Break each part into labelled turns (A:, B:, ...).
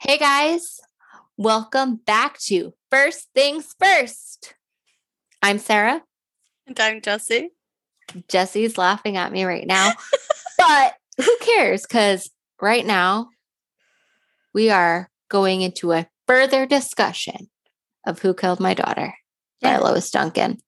A: Hey guys, welcome back to First Things First. I'm Sarah.
B: And I'm Jesse.
A: Jesse's laughing at me right now, but who cares? Because right now we are going into a further discussion of who killed my daughter
B: Yeah.
A: by Lois Duncan.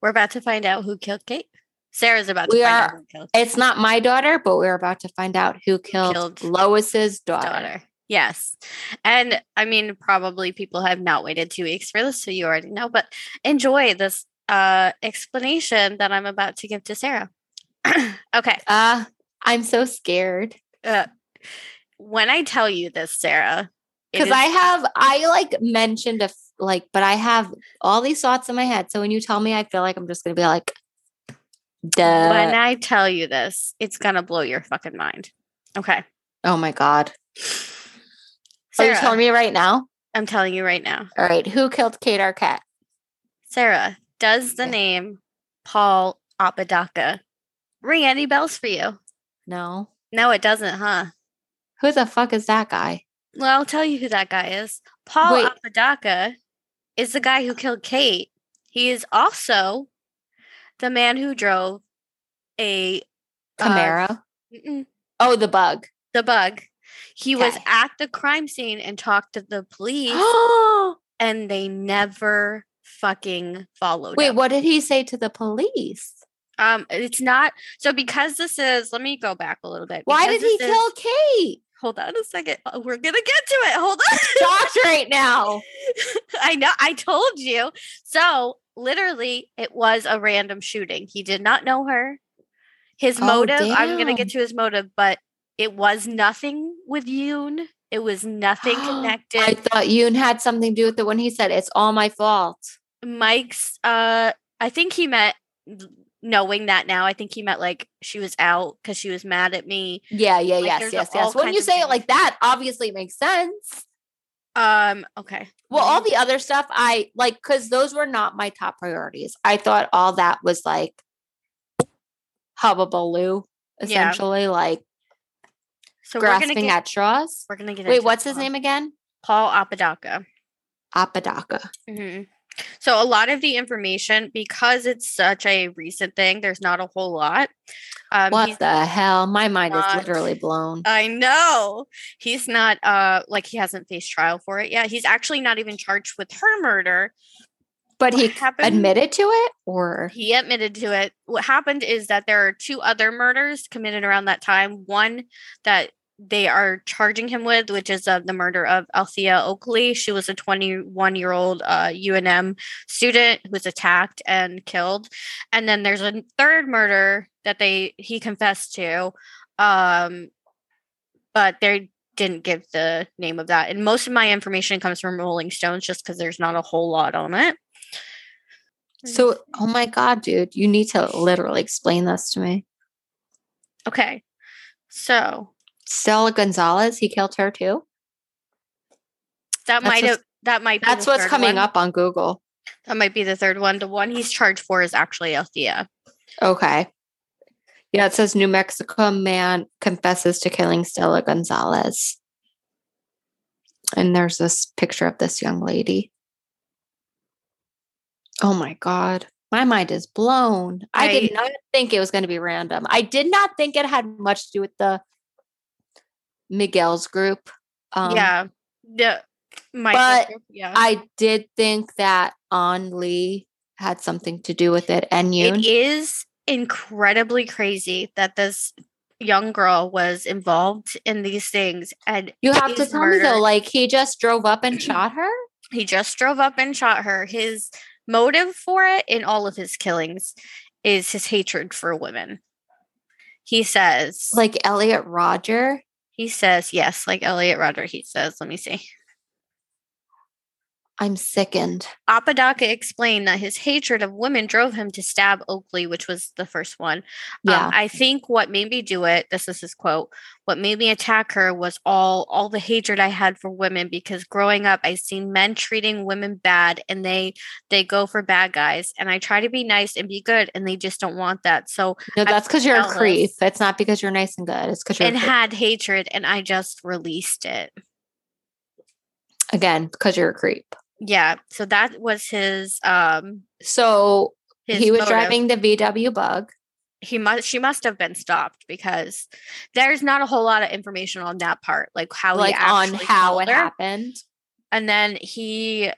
B: We're about to find out who killed Kate. Sarah's about
A: We
B: to find
A: are
B: out who killed
A: It's not my daughter, but we're about to find out who killed,
B: killed
A: Lois's
B: daughter.
A: daughter.
B: Yes. And I mean, probably people have not waited two weeks for this, so you already know, but enjoy this uh explanation that I'm about to give to Sarah. okay.
A: Uh, I'm so scared.
B: Uh, when I tell you this, Sarah, it
A: because
B: is-
A: I have I like mentioned a f- like, but I have all these thoughts in my head. So when you tell me, I feel like I'm just gonna be like,
B: when
A: duh.
B: I tell you this, it's gonna blow your fucking mind. Okay.
A: Oh my god! Are you
B: Sarah,
A: telling me right now?
B: I'm telling you right now.
A: All right, who killed Kate Arquette?
B: Sarah, does the
A: Yeah.
B: name Paul Apodaca ring any bells for you?
A: No,
B: No, it doesn't, huh?
A: who the fuck is that guy?
B: Well, I'll tell you who that guy is. Paul
A: Wait.
B: Apodaca is the guy who killed Kate. He is also the man who drove a uh,
A: Camaro.
B: mm-mm,
A: oh, the bug.
B: the bug. He was
A: Okay.
B: at the crime scene and talked to the police,
A: Wait,
B: and they never fucking followed. him.
A: what did he say to the police?
B: Um, it's not so because this is. Let me go back a little bit.
A: Why
B: because
A: did he
B: this is-
A: kill Kate?
B: Hold on a second. Uh, We're gonna get to it. Hold on.
A: Shocked right now.
B: I know. I told you. So literally, it was a random shooting. He did not know her. His
A: Oh,
B: motive. I'm gonna
A: damn.
B: get to his motive, but it was nothing with Yoon. It was nothing connected.
A: I thought Yoon had something to do with it when he said it's all my fault.
B: Mike's uh I think he met knowing that now. I think he meant like she was out because she was mad at me.
A: Yeah, yeah,
B: Like,
A: yes,
B: there's
A: yes,
B: all
A: yes. When
B: kinds
A: you
B: of
A: say it
B: things.
A: like that, obviously it makes sense.
B: Um okay.
A: Well, all
B: Mhm.
A: the other stuff I like because those were not my top priorities. I thought all that was like hubbubaloo,
B: Yeah.
A: essentially like
B: so we're gonna
A: grasping
B: get
A: at straws.
B: we're gonna get
A: Wait,
B: into
A: what's
B: it.
A: his
B: Hold on.
A: name again?
B: Paul Apodaca.
A: Apodaca.
B: Mhm. So a lot of the information because it's such a recent thing, there's not a whole lot. Um he's-
A: what the hell? My mind is
B: not- Uh,
A: literally blown.
B: I know. He's not uh like he hasn't faced trial for it yet. He's actually not even charged with her murder.
A: but he
B: What happened?
A: admitted to it or
B: He admitted to it. What happened is that there are two other murders committed around that time. One that they are charging him with, which is uh, the murder of Althea Oakley. She was a 21 year old uh, UNM student who was attacked and killed. And then there's a third murder that they he confessed to, um, but they didn't give the name of that. And most of my information comes from Rolling Stones, just because there's not a whole lot on it.
A: so oh my god, dude, you need to literally explain this to me.
B: Okay. So
A: Stella Gonzalez, he killed her too.
B: that
A: That's
B: might
A: what's-
B: have that might be
A: That's
B: the
A: what's
B: third
A: coming
B: one.
A: up on Google.
B: That might be the third one. The one he's charged for is actually Althea.
A: Okay. Yeah, it says New Mexico man confesses to killing Stella Gonzalez. And there's this picture of this young lady. Oh my God. My mind is blown. I did
B: Right.
A: not think it was going to be random. I did not think it had much to do with the Miguel's group. Um,
B: yeah. The my
A: but
B: sister- yeah.
A: I did think that An Lee had something to do with it and Yoon.
B: it is incredibly crazy that this young girl was involved in these things and
A: You have to
B: is
A: tell me though,
B: murdered.
A: like he just drove up and shot her.
B: he just drove up and shot her. His motive for it in all of his killings is his hatred for women. He says
A: Like Elliot Roger.
B: he says yes, like Elliot Rodger, he says, let me see.
A: I'm sickened.
B: Apodaca explained that his hatred of women drove him to stab Oakley, which was the first one.
A: Yeah.
B: Um, I think what made me do it, this is his quote, what made me attack her was all all the hatred I had for women because growing up I seen men treating women bad and they they go for bad guys and I try to be nice and be good and they just don't want that. So
A: no,
B: I'm
A: that's because you're a
B: jealous.
A: creep. It's not because you're nice and good. It's because you're. a
B: and
A: creep.
B: had hatred and I just released it.
A: Again, because you're a creep.
B: Yeah. So that was his um
A: So
B: his
A: he was
B: motive.
A: driving the VW bug.
B: he must she must have been stopped because there's not a whole lot of information on that part, like how
A: like
B: he
A: on
B: actually
A: how it
B: killed her.
A: happened.
B: and then he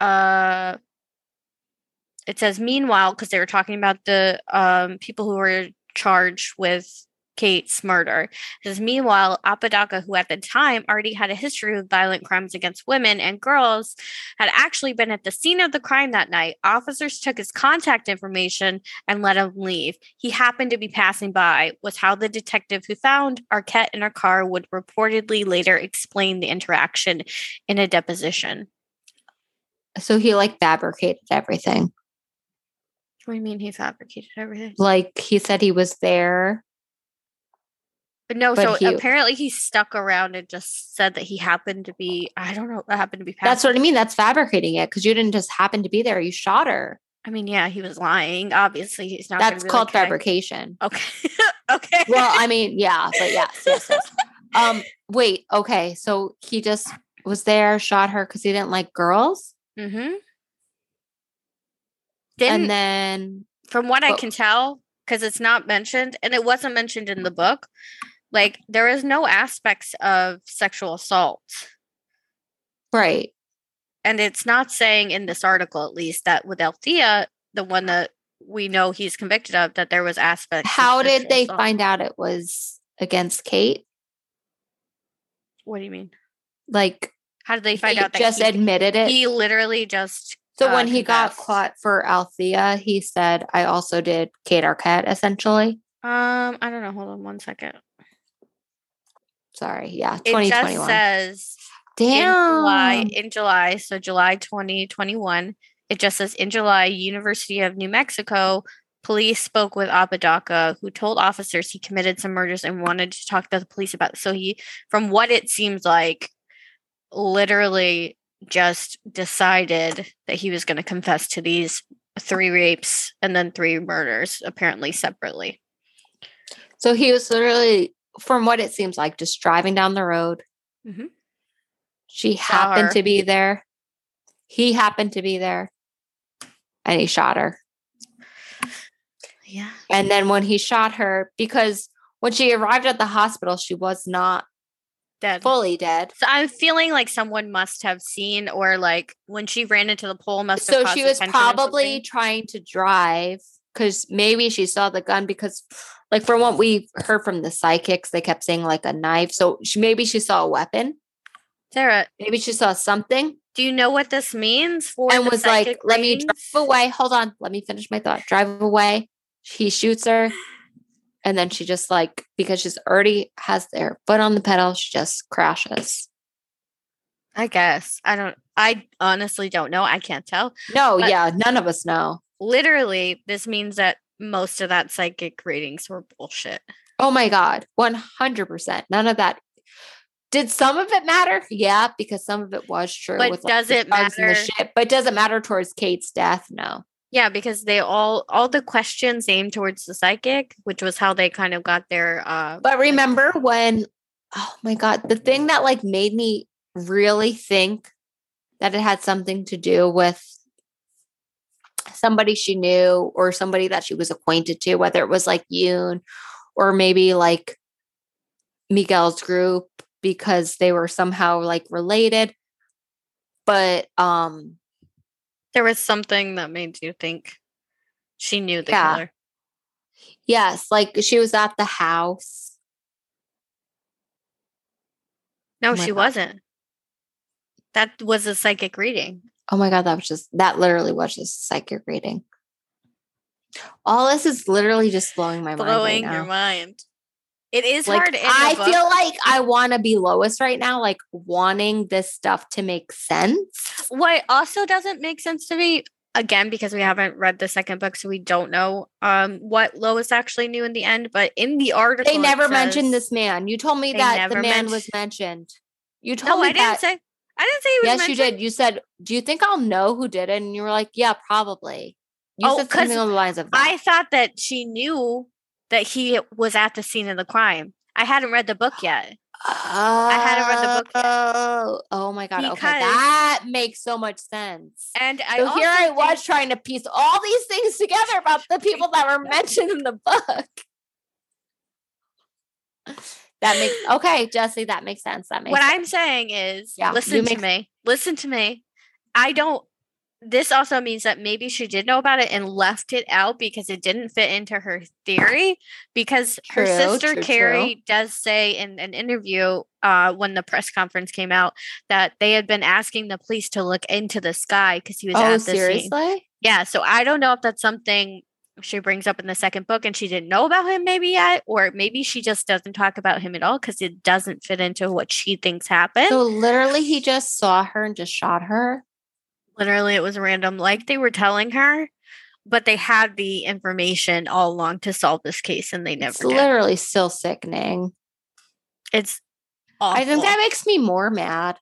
B: uh it says meanwhile because they were talking about the um people who were charged with kate's murder it says meanwhile apodaca who at the time already had a history of violent crimes against women and girls had actually been at the scene of the crime that night officers took his contact information and let him leave he happened to be passing by was how the detective who found arquette in her car would reportedly later explain the interaction in a deposition.
A: So he like fabricated everything.
B: What do you mean he fabricated everything?
A: Like he said he was there.
B: But no,
A: But
B: so
A: he-
B: apparently he stuck around and just said that he happened to be, I don't know, happened to be
A: That's
B: passing-
A: what I mean. That's fabricating it because you didn't just happen to be there. You shot her.
B: I mean, yeah, he was lying. Obviously, he's not. gonna
A: That's
B: be like,
A: called
B: "Can I-"
A: fabrication.
B: Okay. okay.
A: well, I mean, yeah, but yes, yes, yes. Um, wait, okay. So he just was there, shot her because he didn't like girls.
B: mm-hmm. Didn't,
A: and then
B: from what I
A: but-
B: can tell, because it's not mentioned and it wasn't mentioned in the book, like there is no aspects of sexual assault.
A: right.
B: and it's not saying in this article at least that with Althea, the one that we know he's convicted of, that there was aspects. of
A: How did
B: sexual
A: they
B: assault.
A: find out it was against Kate?
B: What do you mean?
A: Like
B: How did they find
A: he
B: out that
A: just
B: he,
A: admitted it.
B: he literally just
A: so
B: uh,
A: when he got
B: confessed.
A: caught for Althea, he said, "I also did Kate Arquette." Essentially,
B: um I don't know. Hold on one second.
A: sorry, yeah,
B: It
A: twenty twenty
B: just
A: one.
B: says in July
A: Damn,
B: in July, so July twenty twenty one. It just says in July, University of New Mexico police spoke with Apodaca, who told officers he committed some murders and wanted to talk to the police about. So he, from what it seems like, literally just decided that he was going to confess to these three rapes and then three murders, apparently separately.
A: so he was literally, from what it seems like, just driving down the road.
B: Mhm.
A: She
B: Saw
A: happened
B: her.
A: to be there. He happened to be there, and he shot her.
B: Yeah.
A: And then when he shot her, because when she arrived at the hospital, she was not
B: Dead.
A: fully dead.
B: So I'm feeling like someone must have seen, or like when she ran into the pole, must have.
A: so
B: caused
A: she
B: the
A: was
B: tension or
A: probably
B: something.
A: trying to drive because maybe she saw the gun because like from what we heard from the psychics they kept saying like a knife so she, maybe she saw a weapon
B: Sarah.
A: maybe she saw something
B: Do you know what this means for?
A: and
B: the
A: was like
B: psychic
A: let me
B: readings?
A: drive away hold on let me finish my thought drive away he shoots her and then she just like because she's already has their foot on the pedal she just crashes
B: I guess I don't. I honestly don't know. I can't tell.
A: no
B: But-
A: yeah none of us know
B: Literally, this means that most of that psychic readings were bullshit.
A: Oh my God, 100%. None of that. Did some of it matter? Yeah, because some of it was true.
B: But
A: like,
B: does
A: the
B: it
A: drugs and the
B: matter?
A: shit, but does it matter towards Kate's death? No.
B: Yeah, because they all all the questions aimed towards the psychic, which was how they kind of got their. uh
A: But remember when, oh my God, the thing that like made me really think that it had something to do with somebody she knew or somebody that she was acquainted to, whether it was like Yoon or maybe like Miguel's group because they were somehow like related. But um
B: There was something that made you think she knew the
A: Yeah.
B: killer.
A: yes, like she was at the house.
B: No,
A: Oh my
B: she
A: God.
B: wasn't. That was a psychic reading.
A: Oh my god, that was just that literally was just psychic reading. All this is literally just blowing my
B: Blowing
A: mind. Right
B: your
A: now.
B: mind. It is
A: Like,
B: hard. In
A: I
B: I book.
A: feel like I want to be Lois right now, like wanting this stuff to make sense.
B: what also doesn't make sense to me again because we haven't read the second book, so we don't know um what Lois actually knew in the end. But in the article,
A: They
B: it
A: never mentioned
B: says-
A: this man. You told me
B: They
A: that the
B: never
A: man was mentioned. You
B: No,
A: told me
B: I didn't
A: that.
B: say. I didn't say he was.
A: yes,
B: mentioned.
A: you did. You said, "Do you think I'll know who did it?" And you were like, "Yeah, probably." You
B: Oh,
A: said
B: 'cause
A: something on the lines of,
B: I
A: that.
B: thought that she knew that he was at the scene of the crime. I hadn't read the book yet.
A: I
B: hadn't read the book yet.
A: Oh, oh my god. okay,
B: Because-
A: that makes so much sense.
B: And I
A: so
B: also
A: here I
B: think-
A: was trying to piece all these things together about the people that were mentioned in the book. That makes okay, Jesse. That makes sense. That makes
B: what
A: sense.
B: I'm saying is,
A: Yeah, you
B: listen
A: make-
B: to me. Listen to me. I don't. This also means that maybe she did know about it and left it out because it didn't fit into her theory. Because her
A: True,
B: sister
A: true, true.
B: Carrie does say in an interview uh, when the press conference came out that they had been asking the police to look into the sky because he was
A: Oh,
B: at the scene.
A: seriously?
B: Yeah, so I don't know if that's something she brings up in the second book and she didn't know about him maybe yet, or maybe she just doesn't talk about him at all because it doesn't fit into what she thinks happened.
A: So literally, he just saw her and just shot her.
B: Literally, it was random, like they were telling her, but they had the information all along to solve this case and they never
A: It's
B: did.
A: literally still sickening.
B: it's awful.
A: I think that makes me more mad.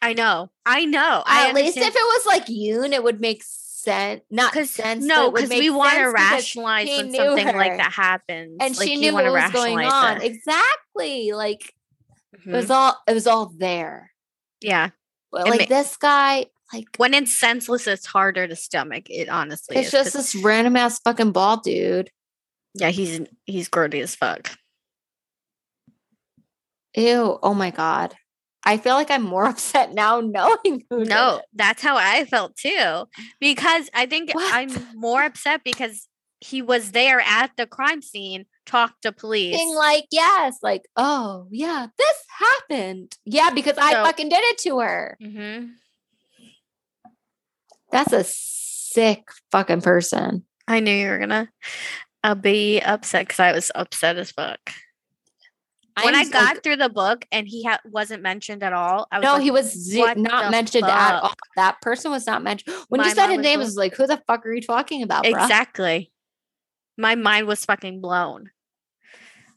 B: I know. I know. I
A: At least if it
B: understand-
A: was like Yoon, it would make sense. Not
B: 'Cause-
A: sense. but
B: no,
A: it would
B: because
A: make
B: we want to
A: sense because
B: rationalize
A: he
B: when
A: knew
B: something
A: her.
B: like that happens.
A: And
B: Like,
A: she
B: you
A: knew what
B: wanna
A: was going on.
B: rationalize it.
A: Exactly. Like it
B: Mhm.
A: was all it was all there.
B: Yeah.
A: But
B: It
A: like
B: ma-
A: this guy, like
B: when it's senseless, it's harder to stomach. It honestly
A: it's
B: is,
A: just
B: 'cause-
A: this random ass fucking bald dude.
B: yeah, he's an- he's grody as fuck.
A: Ew. Oh my god. I feel like I'm more upset now knowing who did
B: No,
A: it.
B: that's how I felt too. Because I think
A: What?
B: I'm more upset because he was there at the crime scene, talked to police.
A: Being like, yes, like, oh yeah, this happened. Yeah, because I
B: So-
A: fucking did it to her.
B: hmm
A: That's a sick fucking person.
B: I knew you were gonna uh, be upset because I was upset as fuck. when
A: I'm
B: I
A: so-
B: got through the book and he ha- wasn't mentioned at all, I was
A: no,
B: like,
A: he was ze-
B: "What
A: not
B: the
A: mentioned at
B: fuck?"
A: all. That person was not mentioned. When
B: My
A: you said
B: mom
A: his
B: was
A: name, I
B: like-
A: was like, who the fuck are you talking about, bro?
B: Exactly. My mind was fucking blown.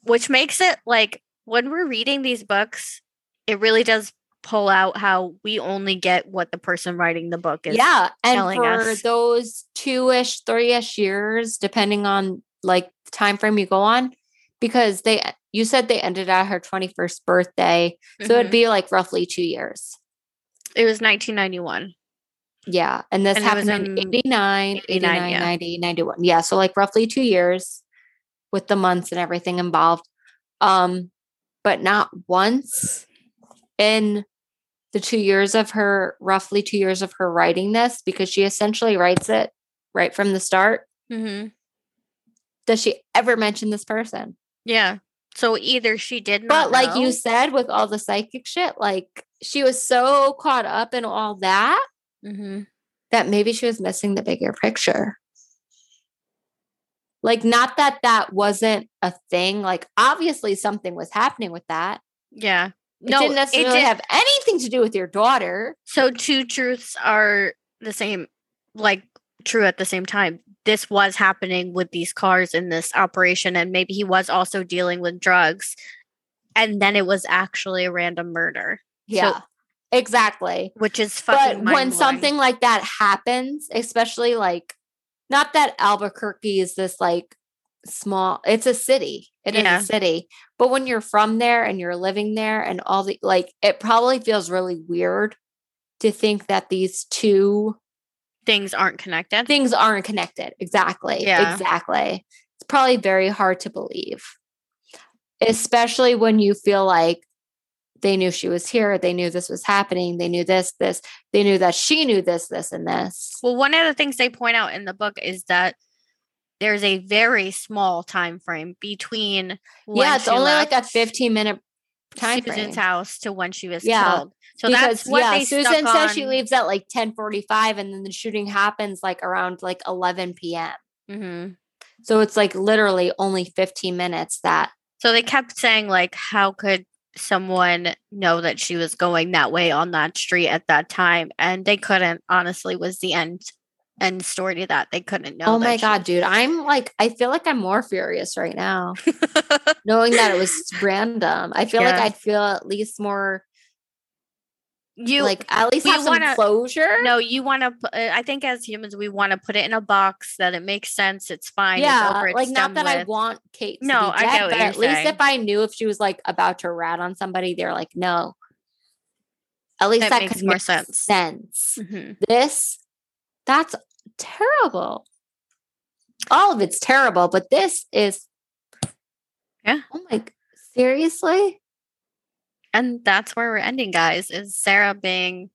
B: Which makes it like when we're reading these books, it really does pull out how we only get what the person writing the book is.
A: Yeah, and
B: telling
A: for
B: us.
A: those two-ish, three-ish years, depending on like the time frame you go on, because they you said they ended at her twenty-first birthday, so it'd
B: Mhm.
A: be like roughly two years.
B: it was 1991.
A: Yeah, and this
B: And it was
A: happened in
B: in
A: 89,
B: 89,
A: 89,
B: yeah.
A: 90, 91. Yeah, so like roughly two years with the months and everything involved. Um, but not once in the two years of her, roughly two years of her writing this, because she essentially writes it right from the start.
B: Mm-hmm.
A: Does she ever mention this person?
B: Yeah. So either she did not,
A: But like you
B: know-
A: said, with all the psychic shit, like she was so caught up in all that
B: Mhm.
A: that maybe she was missing the bigger picture. Like, not that that wasn't a thing. Like, obviously, something was happening with that.
B: yeah,
A: It
B: no,
A: didn't necessarily
B: did-
A: have anything to do with your daughter.
B: So two truths are the same, like true at the same time. This was happening with these cars in this operation, and maybe he was also dealing with drugs, and then it was actually a random murder,
A: Yeah, exactly.
B: which is
A: But
B: fucking.
A: when
B: mind-blowing.
A: something like that happens, especially like, not that Albuquerque is this like small, it's a city. It is
B: Yeah.
A: a city. But when you're from there and you're living there and all the, like, it probably feels really weird to think that these two
B: things aren't connected,
A: things aren't connected. Exactly.
B: Yeah.
A: Exactly. It's probably very hard to believe, especially when you feel like they knew she was here. They knew this was happening. They knew this, this. They knew that she knew this, this, and this.
B: well, one of the things they point out in the book is that there's a very small time frame between. when
A: yeah, it's
B: she
A: only like a
B: left
A: 15 minute time frame.
B: Susan's house to when she was
A: Yeah,
B: killed. So that's what they
A: Susan
B: stuck
A: says she
B: on-
A: leaves at like 1045 and then the shooting happens like around like 11 p.m.
B: Mhm.
A: So it's like literally only 15 minutes that
B: So they kept saying, like, how could someone know that she was going that way on that street at that time? And they couldn't, honestly, was the end end story to that. They couldn't know.
A: Oh my
B: that she-
A: god, dude. I'm like I feel like I'm more furious right now knowing that it was random. I feel
B: Yeah.
A: like I'd feel at least more
B: You
A: like at least
B: we
A: have some
B: wanna-
A: closure.
B: no, you want to. I think as humans, we want to put it in a box that it makes sense. It's fine. it's
A: yeah,
B: over, it's
A: like not that
B: done
A: I
B: with.
A: want Kate. To
B: No,
A: be
B: I
A: dead,
B: get what
A: but
B: you're
A: at least
B: saying.
A: if I knew if she was like about to rat on somebody, they're like, no. At least
B: That
A: that,
B: makes
A: could
B: more
A: make
B: sense.
A: sense.
B: Mhm.
A: This, that's terrible. All of it's terrible, but this is.
B: Yeah.
A: Oh my! Seriously.
B: And that's where we're ending, guys. Is Sarah being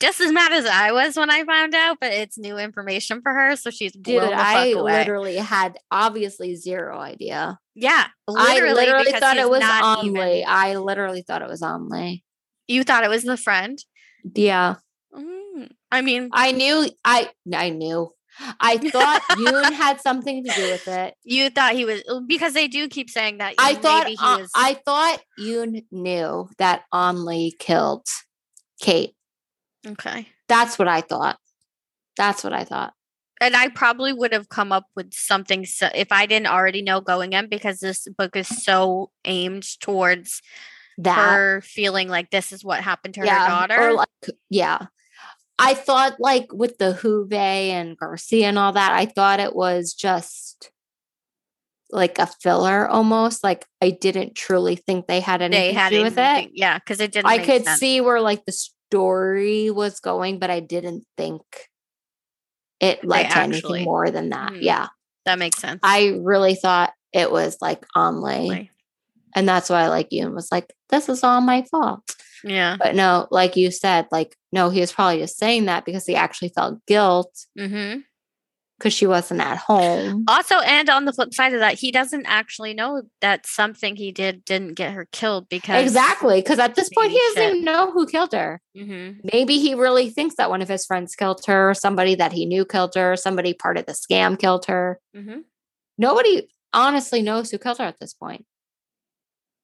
B: just as mad as I was when I found out, but it's new information for her, so she's
A: Dude,
B: blown the fuck
A: I
B: away.
A: literally had obviously zero idea.
B: yeah,
A: I literally
B: because
A: thought
B: he's
A: it was
B: not
A: Omley.
B: even-
A: I literally thought it was Omley.
B: You thought it was the friend.
A: Yeah.
B: Mm, I mean,
A: I knew I I knew. I thought Yoon had something to do with it.
B: you thought he was uh, because they do keep saying that.
A: I
B: maybe
A: thought
B: he
A: uh,
B: was.
A: I thought Yoon knew that Omley killed Kate.
B: okay.
A: That's what I thought. That's what I thought.
B: and I probably would have come up with something so, if I didn't already know going in because this book is so aimed towards
A: That
B: her feeling like this is what happened to her
A: yeah,
B: daughter.
A: or like yeah. I thought like with the Huve and Garcia and all that, I thought it was just like a filler almost. Like I didn't truly think they had anything
B: they had
A: to do with it.
B: anything- Yeah, because it didn't.
A: I
B: make
A: could
B: sense.
A: see where like the story was going, but I didn't think it led to
B: actually-
A: anything more than that.
B: Mhm.
A: Yeah.
B: that makes sense.
A: I really thought it was like Onley.
B: Like,
A: And that's why like Yoon was like, this is all my fault.
B: yeah.
A: But no, like you said, like, no, he was probably just saying that because he actually felt guilt
B: hmm
A: because she wasn't at home.
B: Also, and on the flip side of that, he doesn't actually know that something he did didn't get her killed because
A: Exactly. Because at this point, he
B: Maybe
A: doesn't
B: shit.
A: even know who killed her.
B: Mhm.
A: Maybe he really thinks that one of his friends killed her, or somebody that he knew killed her, somebody part of the scam killed her.
B: Mhm.
A: nobody honestly knows who killed her at this point,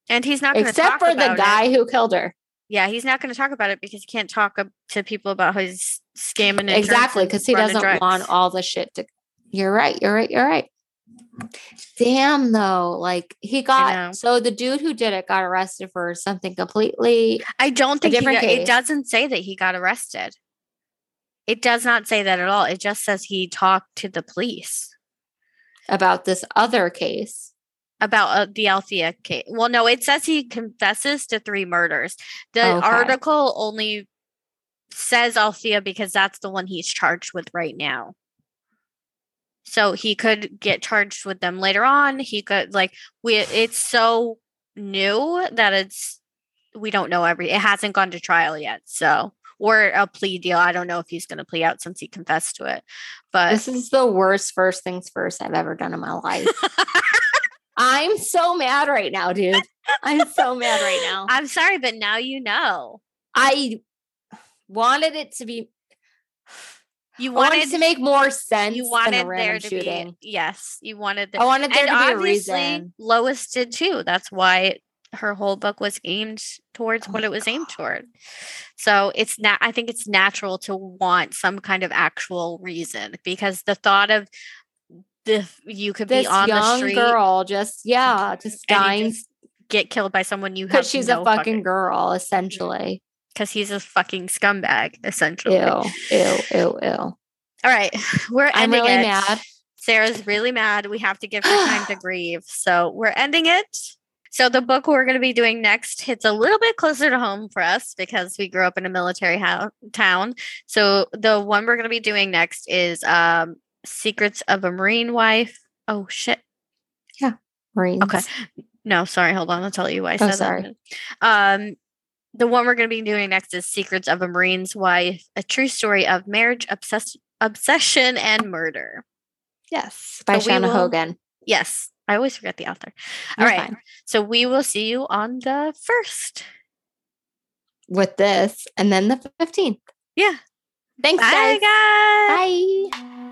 B: And he's not going to
A: except for the guy who killed her.
B: Yeah, he's not going to talk about it because he can't talk ab- to people about his scam and insurance
A: exactly,
B: and
A: because he
B: running
A: doesn't
B: drugs.
A: want all the shit to. You're right. You're right. You're right. Damn, though. Like he
B: know.
A: got so the dude who did it got arrested for something completely.
B: I don't think he
A: different
B: got- it
A: case.
B: doesn't say that he got arrested. It does not say that at all. It just says he talked to the police
A: About this other case,
B: about uh, the Althea case. Well, no, it says he confesses to three murders. The
A: Oh, Okay.
B: article only says Althea because that's the one he's charged with right now. So he could get charged with them later on. He could like we it's so new that it's we don't know every it hasn't gone to trial yet. So or a plea deal. I don't know if he's gonna plea out since he confessed to it. But
A: this is the worst first things first I've ever done in my life. I'm so mad right now, dude. I'm so mad right now.
B: I'm sorry, but now you know.
A: I wanted it to be
B: You
A: Oh, I wanted
B: wanted
A: to make more sense.
B: you
A: than
B: wanted
A: a
B: there
A: random
B: to
A: shooting.
B: be yes, you wanted
A: Oh, I
B: there.
A: wanted there
B: and
A: to be a
B: obviously,
A: reason.
B: Lois did too. That's why her whole book was aimed towards
A: Oh
B: what
A: my
B: it was aimed
A: God.
B: toward. So it's not. I think it's natural to want some kind of actual reason because the thought of the you could
A: This
B: be on the
A: young
B: street,
A: girl just yeah, just
B: And you
A: dying
B: just get killed by someone you have
A: because she's
B: no
A: a fucking girl, essentially.
B: because he's a fucking scumbag
A: Ew,
B: essentially.
A: ew, ew, ew.
B: All right, we're ending
A: I'm really
B: it.
A: mad.
B: Sarah's really mad. We have to give her time to grieve. So we're ending it. So the book we're going to be doing next hits a little bit closer to home for us because we grew up in a military ho- town. So the one we're going to be doing next is um, Secrets of a Marine Wife. Oh shit.
A: Marines.
B: Okay. No, sorry. Hold on. I'll tell you why I
A: Oh,
B: said
A: sorry.
B: that. Um, the one we're going to be doing next is Secrets of a Marine's Wife, a true story of marriage, obsess- obsession, and murder.
A: Yes. By
B: So we
A: Shauna
B: will-
A: Hogan.
B: Yes. I always forget the author. All
A: You're
B: right.
A: fine.
B: So we will see you on the first.
A: With this. And then the 15th.
B: Yeah.
A: Thanks,
B: Bye,
A: guys.
B: guys.
A: Bye.
B: Bye.